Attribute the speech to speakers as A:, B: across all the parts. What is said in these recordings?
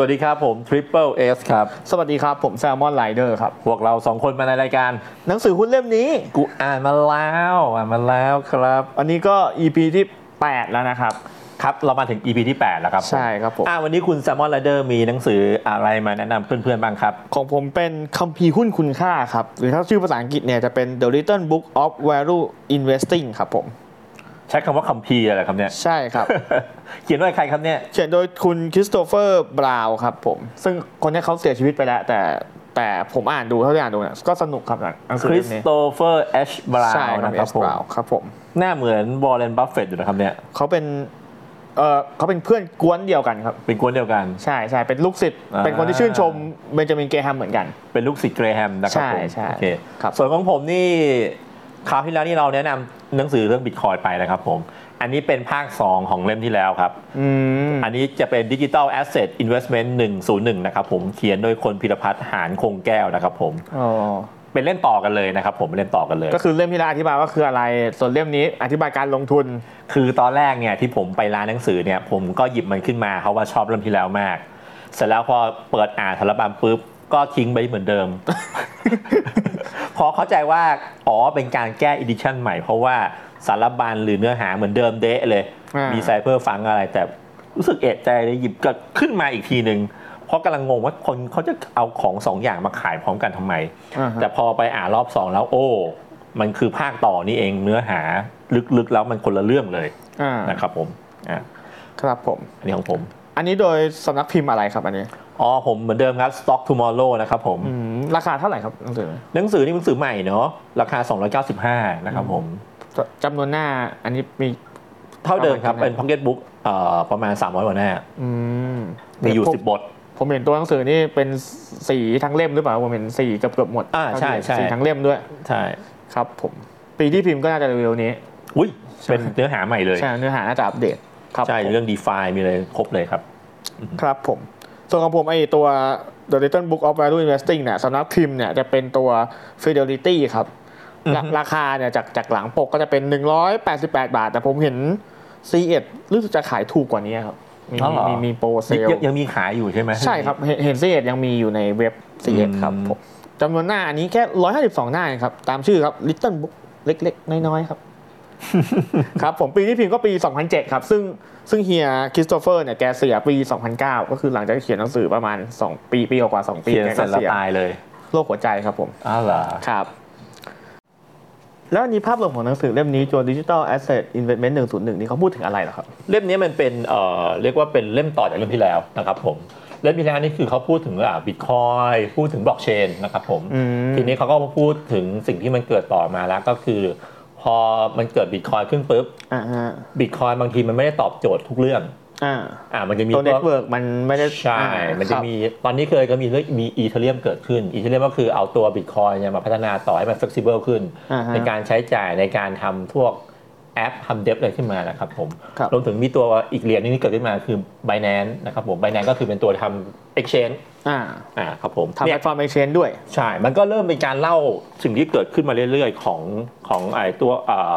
A: วัสดีครับผม Triple S ครับ
B: สวัสดีครับ ผมแซลมอนไรเดอร์ครับ
A: พวกเราสองคนมาในรายการ
B: หนังสือหุ้นเล่มนี้
A: กูอ่านมาแล้วอ่านมาแล้วครับ
B: อันนี้ก็ EP ที่ 8 แล้วนะครับ
A: ครับ เรามาถึง EP ที่ 8 แล้วครับ
B: ใช่ครับผม
A: อ่าวันนี้คุณแซมมอนไรเดอร์มีหนังสืออะไรมาแนะนำเพื่อนๆบ้างครับ
B: ของผมเป็นคัมภีร์หุ้นคุณค่าครับ หรือถ้าชื่อภาษาอังกฤษเนี่ยจะเป็น The Little Book of Value Investing ครับผม
A: ใช้คำว่าคัมภีร์อะไรครับเนี่ย
B: ใช่ครับ
A: เขียนโดยใครครับเนี่ย
B: เขียนโดยคุณคริสโตเฟอร์บราวน์ครับผม ซึ่งคนเนี้เขาเสียชีวิตไปแล้ว แต่แต่ผมอ่านดูเท่าที่อ่านดูเนี่ยก็สนุกครับหนังสื
A: ค
B: อ
A: ริ
B: เล่
A: ส
B: มนี้
A: โตเฟอร์เอชบรา
B: ใช่
A: ว
B: ครั
A: นะค
B: บเอ
A: รับ
B: ส
A: ผ
B: บ
A: ม
B: ราวน์ครับผม
A: หน้าเหมือนบอลเลนบัฟเฟตอยู่นะครับเนี่ย
B: เขาเป็นเออเขาเป็นเพื่อนกวนเดียวกันครับ
A: เป็นกวนเดียวกัน
B: ใช่ใช่เป็นลูกศิษย์
A: อ่า
B: เป็นคนที่ชื่นชมเบนจามินเกรแฮมเหมือนกัน
A: เป็นลูกศิษย์เกรแฮมนะครับ
B: ใช่
A: ผม
B: ใช่
A: โอเค
B: ครับ
A: ส่วนของผมนี่คราวที่แล้วนี่เราแนะนำหนังสือเรื่องบิตคอยไปนะครับผม อันนี้เป็นภาค 2 ของเล่มที่แล้วครับ
B: อืม
A: อันนี้จะเป็นดิจิ t a ลแอสเซทอินเวสท์เมนต์101 นะครับผมเขียนโดยคนพิรพัฒน์หานคงแก้วนะครับผม
B: อ๋อ
A: เป็นเล่นต่อกันเลยนะครับผมเป็นเล่นต่อกันเลย
B: ก็คือเล่มที่เราอธิบายว่าคืออะไร ส่วนเล่มนี้อธิบายการลงทุน
A: คือตอนแรกเนี่ยที่ผมไปร้านหนังสือเนี่ยผมก็หยิบมันขึ้นมาเพราะว่าชอบเล่มที่แล้วมาก เสร็จแล้วพอเปิดอ่านสารบัญปุ๊บก็ทิ้งไปเหมือนเดิม พอเข้าใจว่าอ๋อเป็นการแก้อีดิชั่นใหม่เพราะว่าสารบัญหรือเนื้อหาเหมือนเดิมเดะเลย
B: อ่ามี
A: มีไซเฟอร์ฟังอะไร แต่รู้สึกเอะใจเลยหยิบกลับขึ้นมาอีกทีหนึ่งเพราะกำลังงงว่าคนเขาจะเอาของสองอย่างมาขายพร้อมกันทำไม
B: อ่าฮะ
A: แต่พอไปอ่านรอบสองแล้วโอ้ มันคือภาคต่อนี่เองเนื้อหาลึกๆแล้วมันคนละเรื่องเลย
B: อ่า
A: นะครับผมอ่ะ
B: ครับผม
A: อันนี้ของผม
B: อันนี้โดยสำนักพิมพ์อะไรครับอันนี้
A: อ๋อ ผมเหมือนเดิมครับ Stock Tomorrow นะครับผม
B: อืมราคาเท่าไหร่ครับหนังสือ
A: หนังสือนี่หนังสือใหม่เนาะ ราคา 295 นะครับผม
B: จำนวนหน้าอันนี้มี
A: เท่าเดิมครับ
B: เอาไป
A: เป็น Pocket Book เอ่อประมาณ 300กว่าหน้า
B: อืม
A: มีอยู่
B: ผ
A: 10 บท
B: ผมเห็นตัวหนังสือนี่เป็นสีทั้งเล่มหรือเปล่าผมเห็นสีเกือบเกือบๆหมด
A: อ่าใช่ใช่
B: สีทั้งเล่มด้วย
A: ใช่
B: ครับผมปีที่พิมพ์ก็น่าจะเร็วๆนี้
A: อุ้ย
B: ใช่
A: เป็นเนื้อหาใหม่เลย
B: ใช่เนื้อหาน่าจะอัปเดตครับ
A: ใช่
B: ผม
A: เรื่อง DeFi มีเลยครบเลยครับ
B: ครับผม ส่วนของผมไอตัว The Little Book of Value Investing เนี่ยสำนักพิมพ์เนี่ยจะเป็นตัว Fidelity ครับราราคาเนี่ยจากจากหลังปกก็จะเป็น 188 บาท แต่ผมเห็น C1 รู้สึกจะขายถูกกว่านี้ครับ มี
A: อ๋อเหรอ
B: มีมีโปรเซล
A: ยังยังมีขายอยู่ใช่ไหม
B: ใช่ครับ เห็นเห็น C1 ยังมีอยู่ในเว็บ C1 ครับ
A: อืม
B: ผมจำนวนหน้าอันนี้แค่ 152 หน้าเองครับ ตามชื่อครับ Little Book เล็ก ๆ น้อย ๆ ครับ ครับผมปีที่พิมพ์ก็ปี 2007 ครับ ซึ่งซึ่งเฮียคริสโตเฟอร์เนี่ยแกเสียปี 2009 ก็คือหลังจากเขียนหนังสือประมาณ 2 ปี ปีกว่าๆสองปี
A: เขียน
B: แก
A: เสร็จแล้ว
B: ก็เสีย
A: ตายเลย
B: โรคหัวใจครับผม
A: อ้าวเหรอ
B: ครับ แล้วอันนี้ภาพรวมของหนังสือเล่มนี้จวนดิจิ t a ลแอสเซทอินเวสเมนต์101 นี่เขาพูดถึงอะไรเหรอครับ
A: เล่มนี้มันเป็นเอ่อเรียกว่าเป็นเล่มต่อจากเล่มที่แล้วนะครับผม เล่มที่แล้วนี่คือเขาพูดถึงอ่าบิตคอยพูดถึงบล็อกเชนนะครับผม
B: อืม
A: ทีนี้เขาก็พูดถึงสิ่งที่มันเกิดต่อมาแล้วก็คือ พอมันเกิดบิตคอยขึ้นปุ๊บ
B: อ่าฮะ
A: บิตคอยบางทีมันไม่ได้ตอบโจทย์ทุกเรื่อง
B: อ่า
A: อ่ามันจะมี
B: ตัวเน็
A: พ
B: ตเวิร์กมันไม่ได้
A: ใช่
B: อ่า
A: มันจะ
B: ครับ
A: มีตอนนี้เคยก็มีเรื่องมีอีเทเรียมเกิดขึ้นอีเทเรียมก็คือเอาตัวบิตคอยเนี่ยมาพัฒนาต่อให้มัน flexible ขึ้น
B: อ่าฮะ
A: ในการใช้จ่ายในการทำพวกแอปทำเดฟอะไรขึ้นมานะครับผม
B: ครับ
A: วมถึงมีตัวอีกเหรียญหนึงที่เกิดขึ้นมาคือ Binance นะครับผม Binance ก็คือเป็นตัวทำ exchange
B: อ่า
A: อ่าครับผม
B: ทำ
A: เนี่
B: แพ
A: ย
B: ลตฟอร์มเอ็กชแนนด้วย
A: ใช่ มันก็เริ่มเป็นการเล่าสิ่งที่เกิดขึ้นมาเรื่อยๆ ของของไอตัวเอ่อ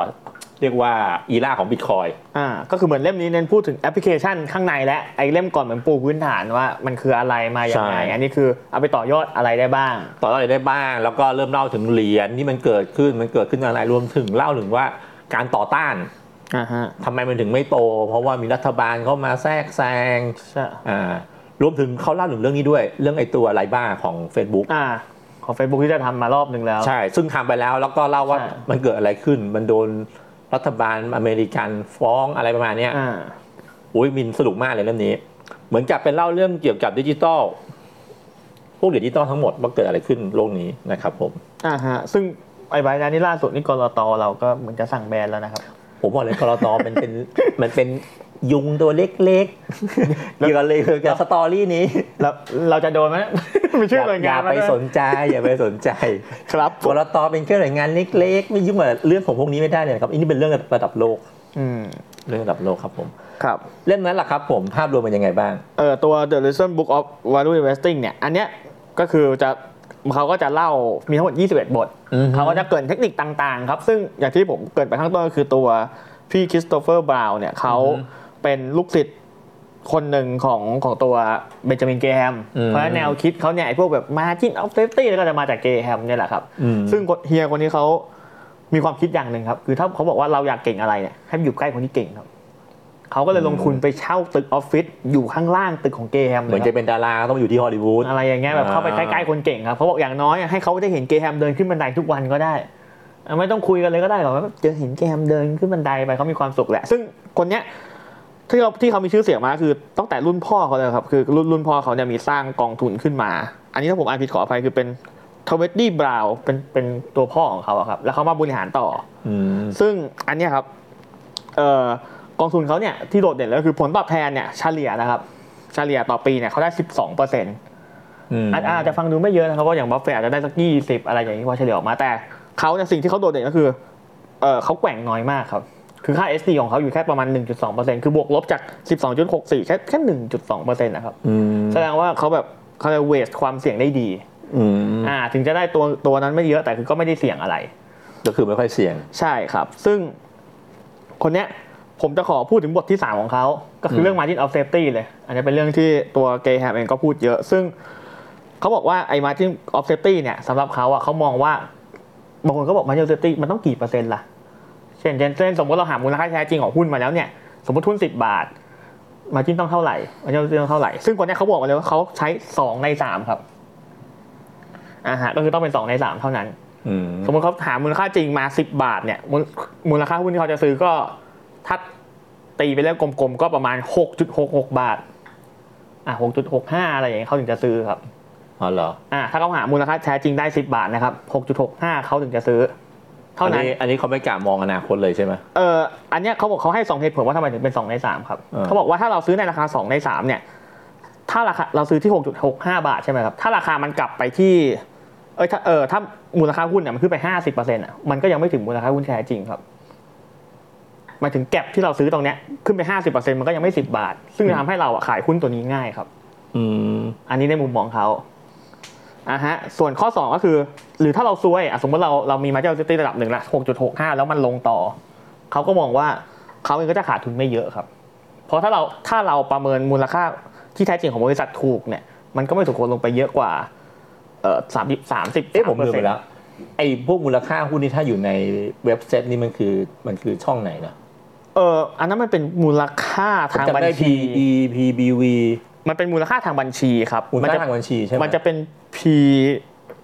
A: เรียกว่าอีล่าของ Bitcoin
B: อ่าก็คือเหมือนเล่มนี้เน้นพูดถึงแอปพลิเคชันข้างในและไอ้เล่มก่อนเหมือนปูพื้นฐานว่ามันคืออะไรมาอย่างไร
A: ใช่
B: อันนี้คือเอาไปต่อยอดอะไรได้บ้าง
A: ต่ออะไรได้บ้าง แล้วก็เริ่มเล่าถึงเหรียญที่มันเกิดขึ้นมันเกิดขึ้นอะไรรวมถึงเล่าถึงว่าการต่อต้าน
B: อ่าฮะ
A: ทำไมมันถึงไม่โต เพราะว่ามีรัฐบาลเข้ามาแทรกแซง
B: ใช่
A: อ่ารวมถึงเขาเล่าถึงเรื่องนี้ด้วย เรื่องไอ้ตัวไรบ้าของ Facebook
B: อ่า ของ Facebook ที่จะทำมารอบหนึ่งแล้ว
A: ใช่ ซึ่งทำไปแล้วแล้วก็เล่าว่า
B: ใช่
A: มันเกิดอะไรขึ้น มันโดนรัฐบาลอเมริกันฟ้องอะไรประมาณเนี้ย
B: อ่า
A: อุ้ยมินสนุกมากเลยเรื่องนี้ เหมือนกับเป็นเล่าเรื่องเกี่ยวกับดิจิตอลพวกเหรียญดิจิตอลทั้งหมดว่าเกิดอะไรขึ้นโลกนี้นะครับผม
B: อ่าฮะซึ่งไอ้ใบนั้นนี่ล่าสุดนี่กรตเราก็เหมือนจะสั่งแบนแล้วนะครับ
A: ผมบอกเลยกรตมันเป็นมันเป็นยุงตัวเล็กๆเกี่ยวกับเลยเกี่ยวกับสตอรี่นี้
B: แล้วเราจะโดนไหม มีชื่อหน่วย
A: อง
B: า
A: ย่าน ไป
B: มาด้วย
A: สนใจอย่าไปสนใจ
B: ครับผ
A: ก
B: ม
A: รตเป็นแค่หน่วยงานเล็กๆ ไม่ยุ่งกับเรื่องของพวกนี้ไม่ได้เลยนะครับอันนี้เป็นเรื่องระดับโลก
B: อืม
A: เรื่องระดับโลกครับผม
B: ครับ
A: เล่มนั้นแหละครับผมภาพรวมเป็นยังไงบ้าง
B: เออตัว The Lesson Book of Value Investing เนี่ย อันเนี้ยก็คือจะเขาก็จะเล่ามีทั้งหมด 21 บท
A: อือฮึ
B: เขาก็จะเกรินเทคนิคต่างๆ ครับ ซึ่งอย่างที่ผมเกรินไปข้างต้นก็คือตัวพี่คริสโตเฟอร์บราวน์เนี่ยเขาเป็นลูกศิษย์ คนหนึ่งของของตัวเบนจามินเกรแฮม
A: อืม
B: เพราะฉะนั้นแนวคิดเขาเนี่ยไอ้พวกแบบมาจินออฟเซฟตี้แล้วก็จะมาจากเกรแฮมเนี่ยแหละครับ
A: อืม
B: ซึ่งคนเฮียคนนี้เขามีความคิดอย่างหนึ่งครับ คือถ้าเขาบอกว่าเราอยากเก่งอะไรเนี่ยให้อยู่ใกล้คนที่เก่งครับเขาก็เลยลงทุนไปเช่าตึกออฟฟิศอยู่ข้างล่างตึกของเกรแฮม
A: เห
B: เล
A: มือย นจะ
B: ครับ
A: เป็นดาราต้องอยู่ที่ฮอลลีวูด
B: อะไรอย่างเงี้ยแบบเข้าไปใกล้ๆคนเก่งครับเขาบอกอย่างน้อยให้เขาได้เห็นเกรแฮมเดินขึ้นบันไดทุกวันก็ได้อ่ะไม่ต้องคุยกันเลยก็ได้หรอกว่าเจอเห็นเกรแฮมเดินขึ้นบันไดไปเขามีความสุขแหละ ซึ่งคนเนี้ยที่เขาที่เขามีชื่อเสียงมาคือตั้งแต่รุ่นพ่อเขาเลยครับคือรุ่นรุ่นพ่อเขาเนี่ยมีสร้างกองทุนขึ้นมา อันนี้ถ้าผมอ่านผิดขออภัยคือเป็นทเวตตี้บราวเป็นเป็นตัวพ่อของเขาอะครับแล้วเขามาบริหารต่อ
A: อืม
B: ซึ่งอันเนี้ยครับเอ่อกองทุนเขาเนี่ยที่โดดเด่นเลยก็คือผลตอบแทนเนี่ยเฉลี่ยนะครับเฉลี่ยต่อปีเนี่ยเขาได้ 12เปอร์เซ็นต์
A: อืม
B: อาจจะฟังดูไม่เยอะนะครับว่าอย่างบัฟเฟตอาจจะได้สัก20 อะไรอย่างนี้พอเฉลี่ยออกมาแต่เขาเนี่ยสิ่งที่เขาโดดเด่นก็คือเออเขาแกว่งน้อยมากครับ คือค่า SD ของเขาอยู่แค่ประมาณ 1.2%คือบวกลบจาก 12.64 แค่แค่1.2%นะครับ
A: อืม
B: แสดงว่าเขาแบบเขาเลยเวสความเสี่ยงได้ดี
A: อืม
B: อ่าถึงจะได้ตัวตัวนั้นไม่เยอะแต่คือก็ไม่ได้เสี่ยงอะไร
A: ก็คือไม่ค่อยเสี่ยง
B: ใช่ครับ ซึ่งคนเนี้ยผมจะขอพูดถึงบทที่ 3 ของเขา ก็คือ
A: ม
B: เรื่อง margin of safety เลย อันนี้เป็นเรื่องที่ตัวเกย์แฮมเองก็พูดเยอะ ซึ่งเขาบอกว่าไอ้ margin of safety เนี่ยสำหรับเขาอะเขามองว่า บางคนก็บอก margin of safety มันต้องกี่เปอร์เซ็นต์ล่ะ เช่นเช่นสมมติเราหามูลค่าแท้จริงของหุ้นมาแล้วเนี่ย สมมติหุ้น 10 บาท margin ต้องเท่าไหร่ margin of safety ต้องเท่าไหร่ ซึ่งคนเนี้ยเขาบอกมาเลยว่าเขาใช้ 2 ใน 3 ครับอ่าฮะก็คือต้องเป็น 2 ใน 3 เท่านั้น
A: อืม
B: สมมติเขาหามูลค่าจริงมา 10 บาทเนี่ยมูลมูลค่าหุ้นที่เขาจะซื้อก็ถ้าตีไปแล้วกลมๆ ก็ประมาณ 6.66 บาทอ่ะ6.65 อะไรอย่างเงี้ยเขาถึงจะซื้อครับ
A: อ๋อเหรอ
B: อ่ะถ้าเขาหามูลค่าแท้จริงได้ 10 บาทนะครับ 6.65 เขาถึงจะซื้อ เท่า
A: อัน
B: นั้น
A: นี้อันนี้เขาไม่กะมองอนาคตเลยใช่ไหม
B: เอออันเนี้ยเขาบอกเขาให้ 2 เหตุผลว่าทำไมถึงเป็น 2 ใน 3 ครับ
A: อ่า
B: เขาบอกว่าถ้าเราซื้อในราคา 2 ใน 3 เนี่ย ถ้าราคาเราซื้อที่ 6.65 บาทใช่ไหมครับ ถ้าราคามันกลับไปที่ เอยถ้าเออถ้ามูลค่าหุ้นเนี่ยมันขึ้นไป 50%อ่ะมันก็ยังไม่ถึงมูลค่าหุ้นแท้จริงครับหมายถึงแก็บที่เราซื้อตรงเนี้ยขึ้นไป 50%มันก็ยังไม่ 10 บาท ซึ่งจะทำให้เราอ่ะขายหุ้นตัวนี้ง่ายครับ
A: อืม
B: อันนี้ในมุมมองเขาอ่ะฮะ ส่วนข้อ 2 ก็คือ หรือถ้าเราซวยอ่ะสมมติเราเรามีมาเจลซิตี้ระดับหนึ่งละ6.65 แล้วมันลงต่อ เขาก็มองว่าเขาเองก็จะขาดทุนไม่เยอะครับ เพราะถ้าเราถ้าเราประเมินมูลค่าที่แท้จริงของบริษัทถูกเนี่ย มันก็ไม่ถูกควรลงไปเยอะกว่า เอ่อสามสิบสามสิบ
A: เอ๊ะผมลืมไปแล้วไอ้พวกมูลค่าหุ้นนี่ถ้าอยู่ในเว็บเซ็ตนี่มันคือมันคือช่องไหนนะ
B: เอออันนั้นมันเป็นมูลค่าทาง
A: จำ
B: บัญ
A: ได้
B: ชี
A: PE PBV
B: มันเป็นมูลค่าทางบัญชีครับ
A: มูล
B: มั
A: ค่า
B: จะ
A: ทางบัญชีใช่ไหม
B: มันจะเป็น P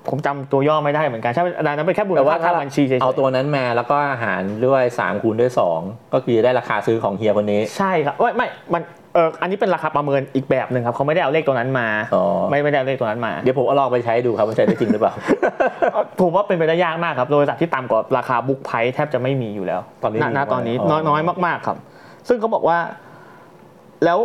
B: ผมจำตัวย่อไม่ได้เหมือนกันใช่อันนั้นเป็นแค่มูล
A: แต่ว่า
B: ค่า
A: ถ้า
B: ทางบัญชีเฉยๆ
A: เอาตัวนั้นมาแล้วก็หารด้วย 3 คูณด้วย 2 ก็คือได้ราคาซื้อของเฮียคนนี้
B: ใช่ครับไม่ไม่ มันเอออันนี้เป็นราคาประเมินอีกแบบหนึ่งครับเขาไม่ได้เอาเลขตัวนั้นมา
A: อ๋อ
B: ไม่ไม่ได้เอาเลขตัวนั้นมา
A: เดี๋ยวผมเอาลองไปใช้ดูครับว่าใช้ได้จริงห รือเปล่า
B: ผมว่าเป็นไปได้ยากมากครับโดยจากที่ต่ำกว่าราคาบุ๊กไพแทบจะไม่มีอยู่แล้ว
A: ตอนนี้
B: ณ
A: มี
B: ณ
A: น้อย
B: ตอนนี้
A: อ๋อ
B: น้อยน้อยมากๆครับ ซึ่งเขาบอกว่า แล้ว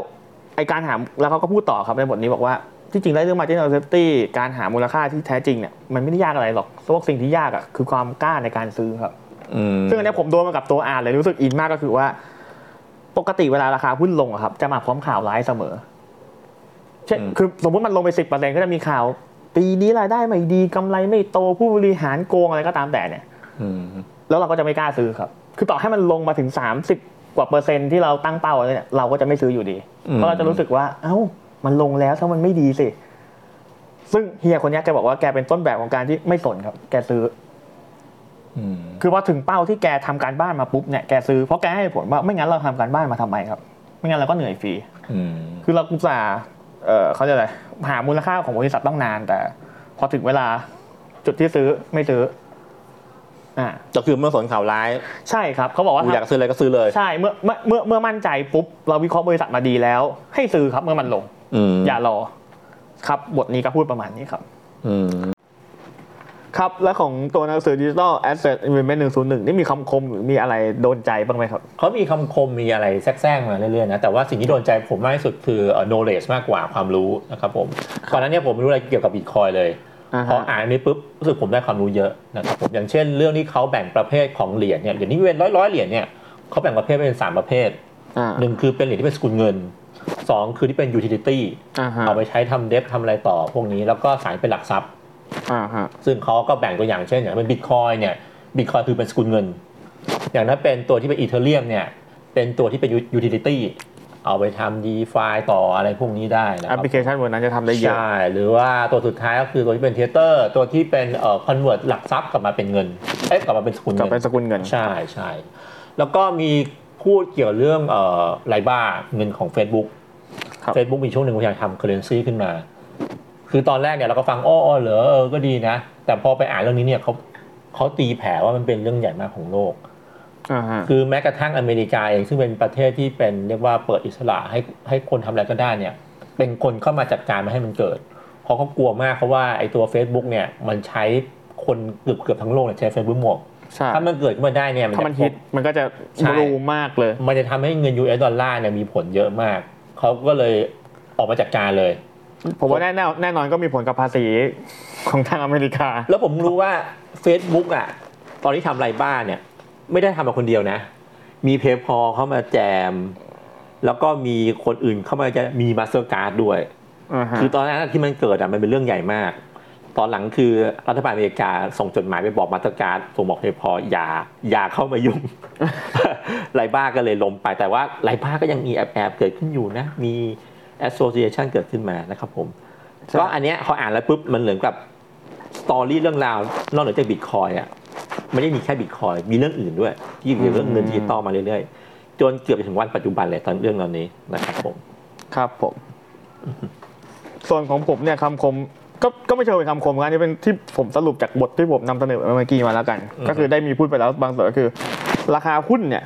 B: ไอการหาแล้วเขาก็พูดต่อครับในบทนี้บอกว่าที่จริงแล้วเรื่อง margin of safety การหามูลค่าที่แท้จริงเนี่ยมันไม่ได้ยากอะไรหรอกพวกสิ่งที่ยากอ่ะคือความกล้าในการซื้อครับ
A: อืม
B: ซึ่งอันเนี้ยผมโดนมากับตัวอ่านเลยรู้สึกอินมากก็คือว่า ปกติเวลาราคาหุ้นลงอะครับ จะมาพร้อมข่าวร้ายเสมอ เช่นคือสมมติมันลงไปสิบเปอร์เซ็นก็จะมีข่าว ปีนี้รายได้ไม่ดีกำไรไม่โตผู้บริหารโกงอะไรก็ตามแต่เนี่ย
A: อืม
B: แล้วเราก็จะไม่กล้าซื้อครับ คือต่อให้มันลงมาถึง 30 กว่าเปอร์เซ็นต์ที่เราตั้งเป้าไว้เนี่ยเราก็จะไม่ซื้ออยู่ดี เพราะเราจะรู้สึกว่า เอ้า มันลงแล้วถ้ามันไม่ดีสิ ซึ่งเฮียคนเนี้ยแกบอกว่าแกเป็นต้นแบบของการที่ไม่สนครับ แกซื้อ
A: อืม
B: คือพอถึงเป้าที่แกทำการบ้านมาปุ๊บเนี่ยแกซื้อเพราะแกให้เหตุผลว่าไม่งั้นเราทำการบ้านมาทำไมครับ ไม่งั้นเราก็เหนื่อยฟรี
A: อืม
B: คือเราอุตส่าห์เออเขาจะอะไรหามูลค่าของบริษัทต้องนาน แต่ พอถึงเวลาจุดที่ซื้อไม่ซื้ออ่า
A: ก็คือเมื่อสนข่าวร้าย
B: ใช่ครับเขาบอกว่า
A: กูอยาก
B: ถ้า
A: ซื้ออะไรก็ซื้อเลย
B: ใช่เมื่อเมื่อเมื่อเมื่อมั่นใจปุ๊บเราวิเคราะห์บริษัทมาดีแล้ว ให้ซื้อครับเมื่อมันลง
A: อืม
B: อย่ารอ ครับบทนี้ก็พูดประมาณนี้ครับ
A: อืม
B: ครับและของตัวหนังสือ Digital Asset Investment 101นี่มีคำคมหรือมีอะไรโดนใจบ้างไหมครับ
A: เขามีคำคมมีอะไรแทรกๆมาเรื่อยๆนะแต่ว่าสิ่งที่โดนใจผมมากที่สุดคือเอ่อ knowledge มากกว่าความรู้นะครับผมก่อนหน้าเนี้ผมไม่รู้อะไรเกี่ยวกับบิตคอยเลย พออ่านอันนี้ปุ๊บรู้สึกผมได้ความรู้เยอะนะครับผมอย่างเช่นเรื่องที่เขาแบ่งประเภทของเหรียญเนี่ยเดี๋ยวนี้เป็นร้อยร้อยๆเหรียญเนี่ยเขาแบ่งประเภทเป็นสามประเภท
B: อ่า
A: หนึ่งคือเป็นเหรียญที่เป็นสกุลเงินสองคือที่เป็นยูทิลิตี้
B: อ่าฮะ
A: เอาไปใช้ทำเดฟทำอะไรต่อพวกนี้ แล้วก็สายเป็นหลักทรัพย์
B: อ่าฮะ
A: ซึ่งเขาก็แบ่งตัวอย่างเช่น อย่างเป็นบิตคอยเนี่ยบิตคอยคือเป็นสกุลเงิน อย่างนั้นเป็นตัวที่เป็นอีเธอเรียมเนี่ยเป็นตัวที่เป็นยูทิลิตี้ เอาไปทำดีฟาต่ออะไรพวกนี้ได้นะค
B: แอ
A: รั
B: ป
A: บ
B: พลิเคชันบนนั้นจะทำได้เยอะ
A: ใช่หรือว่าตัวสุดท้ายก็คือตัวที่เป็นเทเตอร์ตัวที่เป็นเอ่อคอนเวิร์ตหลักทรัพย์กลับมาเป็นเงินเอ๊ะกลับมาเป็นสกุล
B: จะ
A: เงิน
B: เป็นสกุลเงิน
A: ใช่ใช่แล้วก็มีพูดเกี่ยวเรื่องเอ่อไรบ้าเงินของ Facebook
B: ครับ
A: Facebook มีช่วงหนึ่งพยายามทำ currency ขึ้นมา คือตอนแรกเนี่ยเราก็ฟังอ้ออ้อเหรอเออก็ดีนะ แต่พอไปอ่านเรื่องนี้เนี่ยเขาเขาตีแผ่ว่ามันเป็นเรื่องใหญ่มากของโลก
B: อ่าฮะ
A: คือแม้กระทั่งอเมริกาเองซึ่งเป็นประเทศที่เป็นเรียกว่าเปิดอิสระให้ให้คนทำอะไรก็ได้เนี่ย เป็นคนเข้ามาจัดการมาให้มันเกิดเพราะเขากลัวมากเพราะว่าไอ้ตัว Facebook เนี่ยมันใช้คนเกือบเกือบทั้งโลกเนี่ยใช้ Facebook หมด
B: ใช่
A: ถ้ามันเกิดขึ้นมาได้เนี่ย
B: ถ้า
A: จะ
B: มันฮิตมันก็จะ
A: ใช่
B: บลูมมากเลย
A: มันจะทำให้เงิน US ดอลลาร์เนี่ยมีผลเยอะมาก เขาก็เลยออกมาจัดการเลย
B: ผมว่าแน่แน่แน่นอนก็มีผลกับภาษี ของทางอเมริกา
A: แล้วผมรู้ว่า Facebook อ่ะ ตอนที่ทำไรบ้านเนี่ย ไม่ได้ทำมาคนเดียวนะ มีเพย์พอเข้ามาแจม แล้วก็มีคนอื่นเข้ามาจะมีมาสเตอร์การ์ดด้วย
B: อ่าฮะ
A: คือตอนนั้นที่มันเกิดอ่ะมันเป็นเรื่องใหญ่มาก ตอนหลังคือรัฐบาลอเมริกาส่งจดหมายไปบอกมาสเตอร์การ์ดส่งบอกเพย์พออย่าอย่าเข้ามายุ่ง ไรบ้าก็เลยล้มไปแต่ว่าไรบ้าก็ยังมีแอบแอบๆเกิดขึ้นอยู่นะ มี association เกิดขึ้นมานะครับผม ก็อันเนี้ยพออ่านแล้วปุ๊บมันเหมือนกับสตอรี่เรื่องราวนอกเหนือจากบิตคอยอ่ะไม่ได้มีแค่บิตคอยมีเรื่องอื่นด้วย ที่เกี่ยวกับเรื่องเงินดิจิตอลมาเรื่อยๆ จนเกือบจะถึงวันปัจจุบันเลยตอนเรื่องเหล่านี้นะครับผม
B: ครับผม ส่วนของผมเนี่ยคำคมก็ก็ไม่เชิงเป็นคำคมครับอันนี่เป็นที่ผมสรุปจากบทที่ผมนำเสนอไปเมื่อกี้มาแล้วกัน
A: อือฮึ
B: ก็คือได้มีพูดไปแล้วบางส่วนก็คือ ราคาหุ้นเนี่ย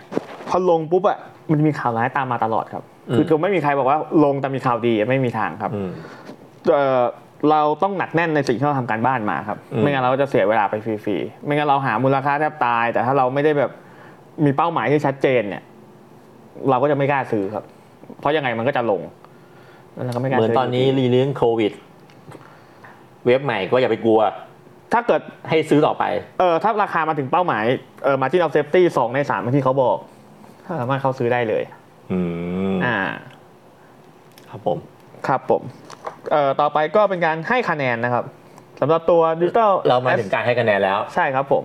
B: พอลงปุ๊บอะมันมีข่าวร้ายตามมาตลอดครับ คือจะไม่มีใครบอกว่าลงแต่มีข่าวดีไม่มีทางครับ
A: อืม
B: เอ่อเราต้องหนักแน่นในสิ่งที่เราทำการบ้านมาครับ
A: อืม
B: ไม่งั้นเราก็จะเสียเวลาไปฟรีๆ ไม่งั้นเราหามูลค่าแทบตาย แต่ถ้าเราไม่ได้แบบมีเป้าหมายที่ชัดเจนเนี่ย เราก็จะไม่กล้าซื้อครับ เพราะยังไงมันก็จะลงแล้วเราก็ไม่กล้า
A: เหมือน
B: ซื้
A: ตอนนี้รีเรื่องโควิด เว็บใหม่ก็อย่าไปกลัว
B: ถ้าเกิด
A: ให้ซื้อต่อไป
B: เออถ้าราคามาถึงเป้าหมายเออมาที่เราเซฟตี้สองในสามที่เขาบอกถ้าสามารถเข้าซื้อได้เลย
A: อืม
B: อ่า
A: ครับผม
B: ครับผมเอ่อต่อไปก็เป็นการให้คะแนนนะครับสำหรับตัวดิจิตอล
A: เรามาถึงการให้คะแนนแล้ว
B: ใช่ครับผม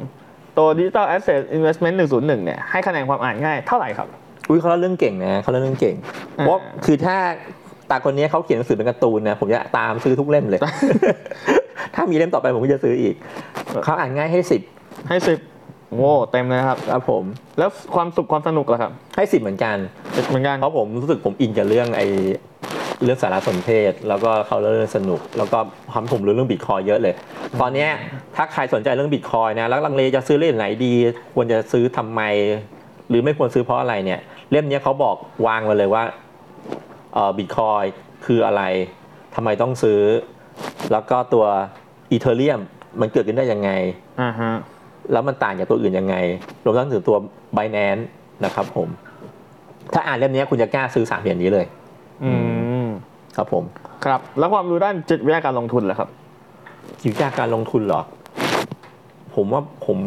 B: ตัวดิจิ t a ลแอสเซทอินเวสเมนต์101 เนี่ย ให้คะแนนความอ่านง่ายเท่าไหร่ครับ
A: อุ้ยเขาเล่าเรื่องเก่งนะเขาเล่าเรื่องเก่ง
B: อ่า
A: เพราะคือถ้าตาคนนี้เขาเขียนหนังสือเป็นการ์ตูนนะผมจะตามซื้อทุกเล่มเลย ถ้ามีเล่มต่อไปผมก็จะซื้ออีกเขาอ่านง่ายให้สิบ
B: ให้ 10โว้เต็มเลยนะครับ
A: ครับผม
B: แล้วความสุขความสนุกล่ะครับ
A: ให้สิบเหมือนกัน
B: เหมือนกัน
A: เพราะผมรู้สึกผมอินกับเรื่องไอเรื่องสารสนเทศ แล้วก็เขาเรื่องสนุก แล้วก็ทำผมรู้เรื่องบิตคอยเยอะเลย ตอนเนี้ยถ้าใครสนใจเรื่องบิตคอยนะแล้วลังเลจะซื้อเล่มไหนดี ควรจะซื้อทำไม หรือไม่ควรซื้อเพราะอะไรเนี่ย เล่มเนี้ยเขาบอกวางมาเลยว่าเออบิตคอยคืออะไรทำไมต้องซื้อ แล้วก็ตัวอีเทอเรียมมันเกิดขึ้นได้ยังไง
B: อ่าฮะ
A: แล้วมันต่างจากตัวอื่นยังไง รวมทั้งถึงตัวไบแนนนะครับผม ถ้าอ่านเล่มนี้คุณจะกล้าซื้อสามเหรียญนี้เลย
B: อืม
A: ครับผม
B: ครับ แล้วความรู้ด้านจิตวิทยาการลงทุนล่ะครับ
A: จิตวิทยาการลงทุนเหรอ ผมว่าผม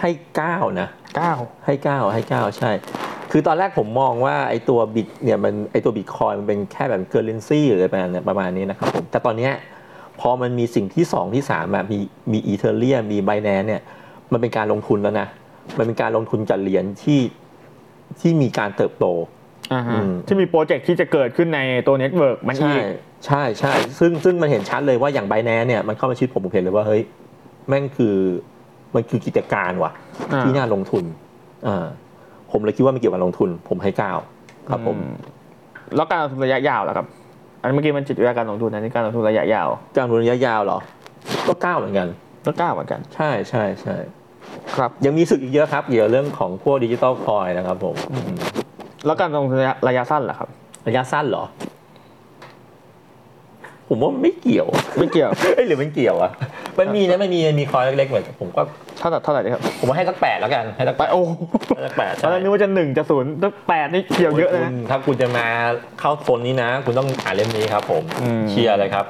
A: ให้เก้านะ
B: 9
A: ให้เก้าให้เก้าใช่ คือตอนแรกผมมองว่าไอตัวบิตเนี่ยมันไอตัวบิตคอยมันเป็นแค่แบบเกอร์เรนซี่หรืออะไรประมาณเนี้ยประมาณนี้นะครับผม แต่ตอนเนี้ยพอมันมีสิ่งที่สองที่สามแบบมีมีอีเทอเรียมีไบแนนเนี่ยมันเป็นการลงทุนแล้วนะ มันเป็นการลงทุนจากเหรียญที่ที่มีการเติบโต
B: อ่าฮะ
A: อืม
B: ที่มีโปรเจกต์ที่จะเกิดขึ้นในตัวเน็ตเวิร์กมันอี
A: ใช่
B: ก
A: ใช่ใช่ซึ่งซึ่งมันเห็นชัดเลยว่าอย่างไบแนนเนี่ยมันเข้ามาชีวิตผมผมเห็นเลยว่าเฮ้ยแม่งคือมันคือกิจการว่ะ
B: อ่า
A: ที่น่าลงทุนอ่าผมเลยคิดว่ามันเกี่ยวกับลงทุน ผมให้เก้าครับผม
B: อืแล้วการลงทุนระยะยาวล่ะครับ อันเมื่อกี้มันจิตวิทยาการลงทุนอันนี้การลงทุนระยะยาว
A: การลงทุนระยะยาวเหรอ ก็เก้าเหมือนกัน
B: ก็เก้าเหมือนกัน
A: ใช่ใช่ใช่
B: ครับ
A: ยังมีศึกอีกเยอะครับเกี่ยวกับเรื่องของพวกดิจิตอลคอยนะครับผมอืม
B: แล้วการลงทุนระยะสั้นล่ะครับ
A: ระยะสั้นเหรอ ผมว่าไม่เกี่ยว
B: ไม่เกี่ยว
A: เอ้ยหรือมันเกี่ยวอะมันมีนะมันมีมันมีคอยเล็กๆเหมือนผมก็
B: เท่าไหร่เท่าไหร่ดีครับ
A: ผมว่าให้สักแปดแล้วกันให้สัก
B: ไป
A: แปด
B: โอ้
A: แปด
B: ตอนแรกนึกว่าจะหนึ่งจะศูนย์ตั้งแปดนี่เขียวเยอะนะ
A: ถ้าคุณจะมาเข้าโซนนี้นะ คุณต้องอ่านเล่มนี้ครับ ผม
B: อืม
A: เชียร์เลยครับ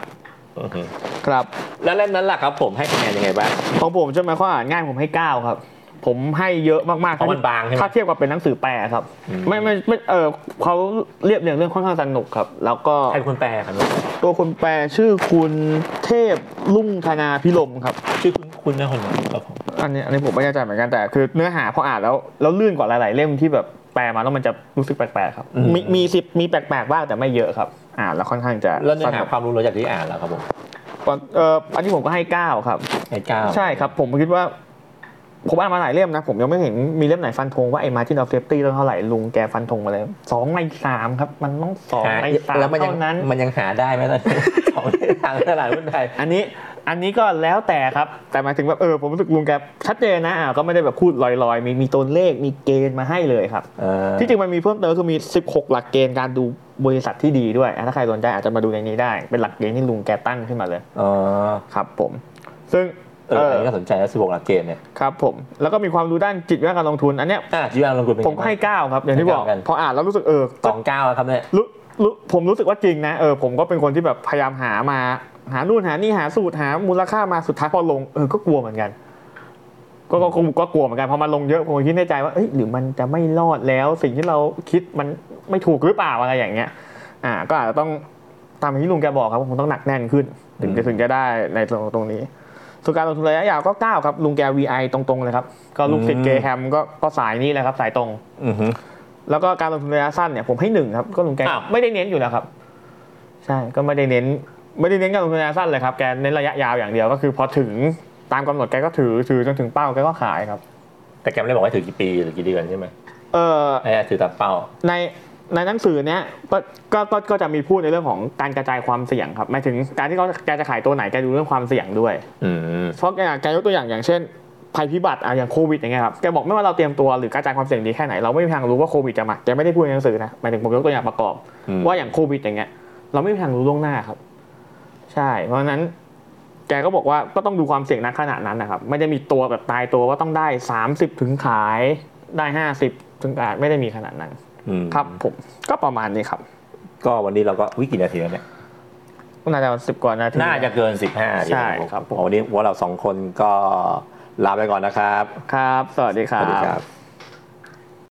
A: อื้อหือ
B: ครับ
A: แล้วเล่มนั้นล่ะครับ ผมให้คะแนนยังไงบ้าง
B: ของผมใช่ไหมข้ออ่านง่ายผมให้เก้าครับ ผมให้เยอะมากๆ
A: เพราะมันบางใช่ไหม
B: ถ้าเทียบกับเป็นหนังสือแปลครับ
A: อืม
B: ไม่ไม่ไม่เออเขาเรียบเรียงเรื่องค่อนข้างสนุกครับ แล้วก็
A: ใครคุณแปลครับ
B: ตัวคนแปลชื่อคุณเทพลุ่งธนาพิรมครับ
A: ชื่อคุณคุณนะคนนี้ครับผม
B: อันนี้อันนี้ผมไม่แน่ใจเหมือนกันแต่คือเนื้อหาพออ่านแล้วแล้วลื่นกว่าหลาย ๆ เล่มที่แบบ แปลมาแล้วมันจะรู้สึกแปลกๆครับ
A: อืม
B: มีมีสิบมีแปลกๆบ้างแต่ไม่เยอะครับ อ่านแล้วค่อนข้างจะ
A: แล้วเนื้อ
B: ส
A: หา
B: นุก
A: ความรู้เราจากที่อ่านแล้วครับผม
B: เอ่ออันนี้ผมก็ให้เก้าครับ
A: ไอ้เก้า
B: ใช่ครับ ผมคิดว่า ผมอ่านมาหลายเล่มนะ ผมยังไม่เห็นมีเล่มไหนฟันธงว่าไอ้มาที่เราเซฟตี้เท่าไหร่ลุงแกฟันธงมาแล้วสองในสามครับ มันต้องสอง
A: หา
B: ในสาม
A: แล้วมันยัง
B: เท่านั้น
A: มันยังหาได้ไหมตอนนี้ ของในทางตลาดหุ้นไทย
B: อันนี้อันนี้ก็แล้วแต่ครับ แต่หมายถึงแบบเออผมรู้สึกลุงแกชัดเจนนะอ่าก็ไม่ได้แบบพูดลอยๆ มีมีตัวเลขมีเกณฑ์มาให้เลยครับ
A: เออ
B: ที่จริงมันมีเพิ่มเติมคือมี 16 หลักเกณฑ์การดูบริษัทที่ดีด้วยอ่ะถ้าใครสนใจอาจจะมาดูในนี้ได้ เป็นหลักเกณฑ์ที่ลุงแกตั้งขึ้นมาเลย
A: เออ
B: ครับ ผม ซึ่ง
A: เอออันนี้ก็สนใจแล้วสิบหกหลักเกณฑ์เนี่ย
B: ครับผม แล้วก็มีความรู้ด้านจิตวิทยาการลงทุนอันเนี้ย
A: อ่ะจีวอนลงทุนเป็น
B: ผมก็ให้ 9 ครับ อย่างที่บอก พออ่านแล้วรู้สึกเออ
A: ส
B: ก็
A: องเก้าแล้วครับเนี่ย
B: รู้รู้ผมรู้สึกว่าจริงนะเออผมก็เป็นคนที่แบบพยายามหามา หานู่นหานี่หาสูตรหามูลค่ามาสุดท้ายพอลงเออก็กลัวเหมือนกัน ก็ก็ก็ก็กลัวเหมือนกันพอมันลงเยอะผมก็คิดในใจว่าเอ้ยหรือมันจะไม่รอดแล้ว สิ่งที่เราคิดมันไม่ถูกหรือเปล่าอะไรอย่างเงี้ย อ่า ก็อาจจะต้องตามที่ลุงแกบอกครับผมต้องหนักแน่นขึ้น ถึงจะถึงจะได้ในตรงตรงนี้ส่วนการลงทุนระยะยาวก็เก้าครับลุงแก VI ตรงๆเลยครับก็ลูกศิษย์เกแฮมก็ก็สายนี้แหละครับสายตรง
A: อือฮึ
B: แล้วก็การลงทุนระยะสั้นเนี่ยผมให้หนึ่งครับก็ลงแก
A: อ้าว
B: ไม่ได้เน้นอยู่แล้วครับ ใช่ก็ไม่ได้เน้น ไม่ได้เน้นการลงทุนระยะสั้นเลยครับแกเน้นระยะยาวอย่างเดียวก็คือพอถึงตามกำหนดแกก็ถือถือจนถึงเป้าแกก็ขายครับ
A: แต่แกไม่ได้บอกว่าถือกี่ปีหรือกี่เดือนใช่ไหม
B: เออ
A: ไอ้ถือตามเป้า
B: ในในหนังสือเนี้ยก็ก็ก็ก็จะมีพูดในเรื่องของการกระจายความเสี่ยงครับหมายถึงการที่เขาแกจะขายตัวไหนแกดูเรื่องความเสี่ยงด้วย
A: อืม
B: เพราะแกแกยกตัวอย่างอย่างเช่น ภัยพิบัติอ่ะอย่างโควิดอย่างเงี้ยครับแกบอกไม่ว่าเราเตรียมตัวหรือกระจายความเสี่ยงดีแค่ไหนเราไม่มีทางรู้ว่าโควิดจะมาแกไม่ได้พูดในหนังสือนะหมายถึงผมยกตัวอย่างประกอบ
A: อืม
B: ว่าอย่างโควิดอย่างเงี้ยเราไม่มีทางรู้ล่วงหน้าครับ ใช่ เพราะฉะนั้นแกก็บอกว่าก็ต้องดูความเสี่ยงณขณะนั้นนะครับ ไม่ได้มีตัวแบบตายตัวว่าต้องได้ 30 ถึงขายได้ 50 ถึงอาจไม่ได้มีขนาดนั้น
A: อืม
B: ครับ ผมก็ประมาณนี้ครับ
A: ก็วันนี้เราก็วิกี่นาทีแล้วเนี่ย
B: น่าจะสิบกว่านาที
A: น่าจะเกิน 15
B: ใช่ครับผม
A: วันนี้พว่าเราสองคนก็ลาไปก่อนนะครับ
B: ครับ สวัสดีค
A: ส
B: รั
A: วัสดีค
B: บ
A: รับ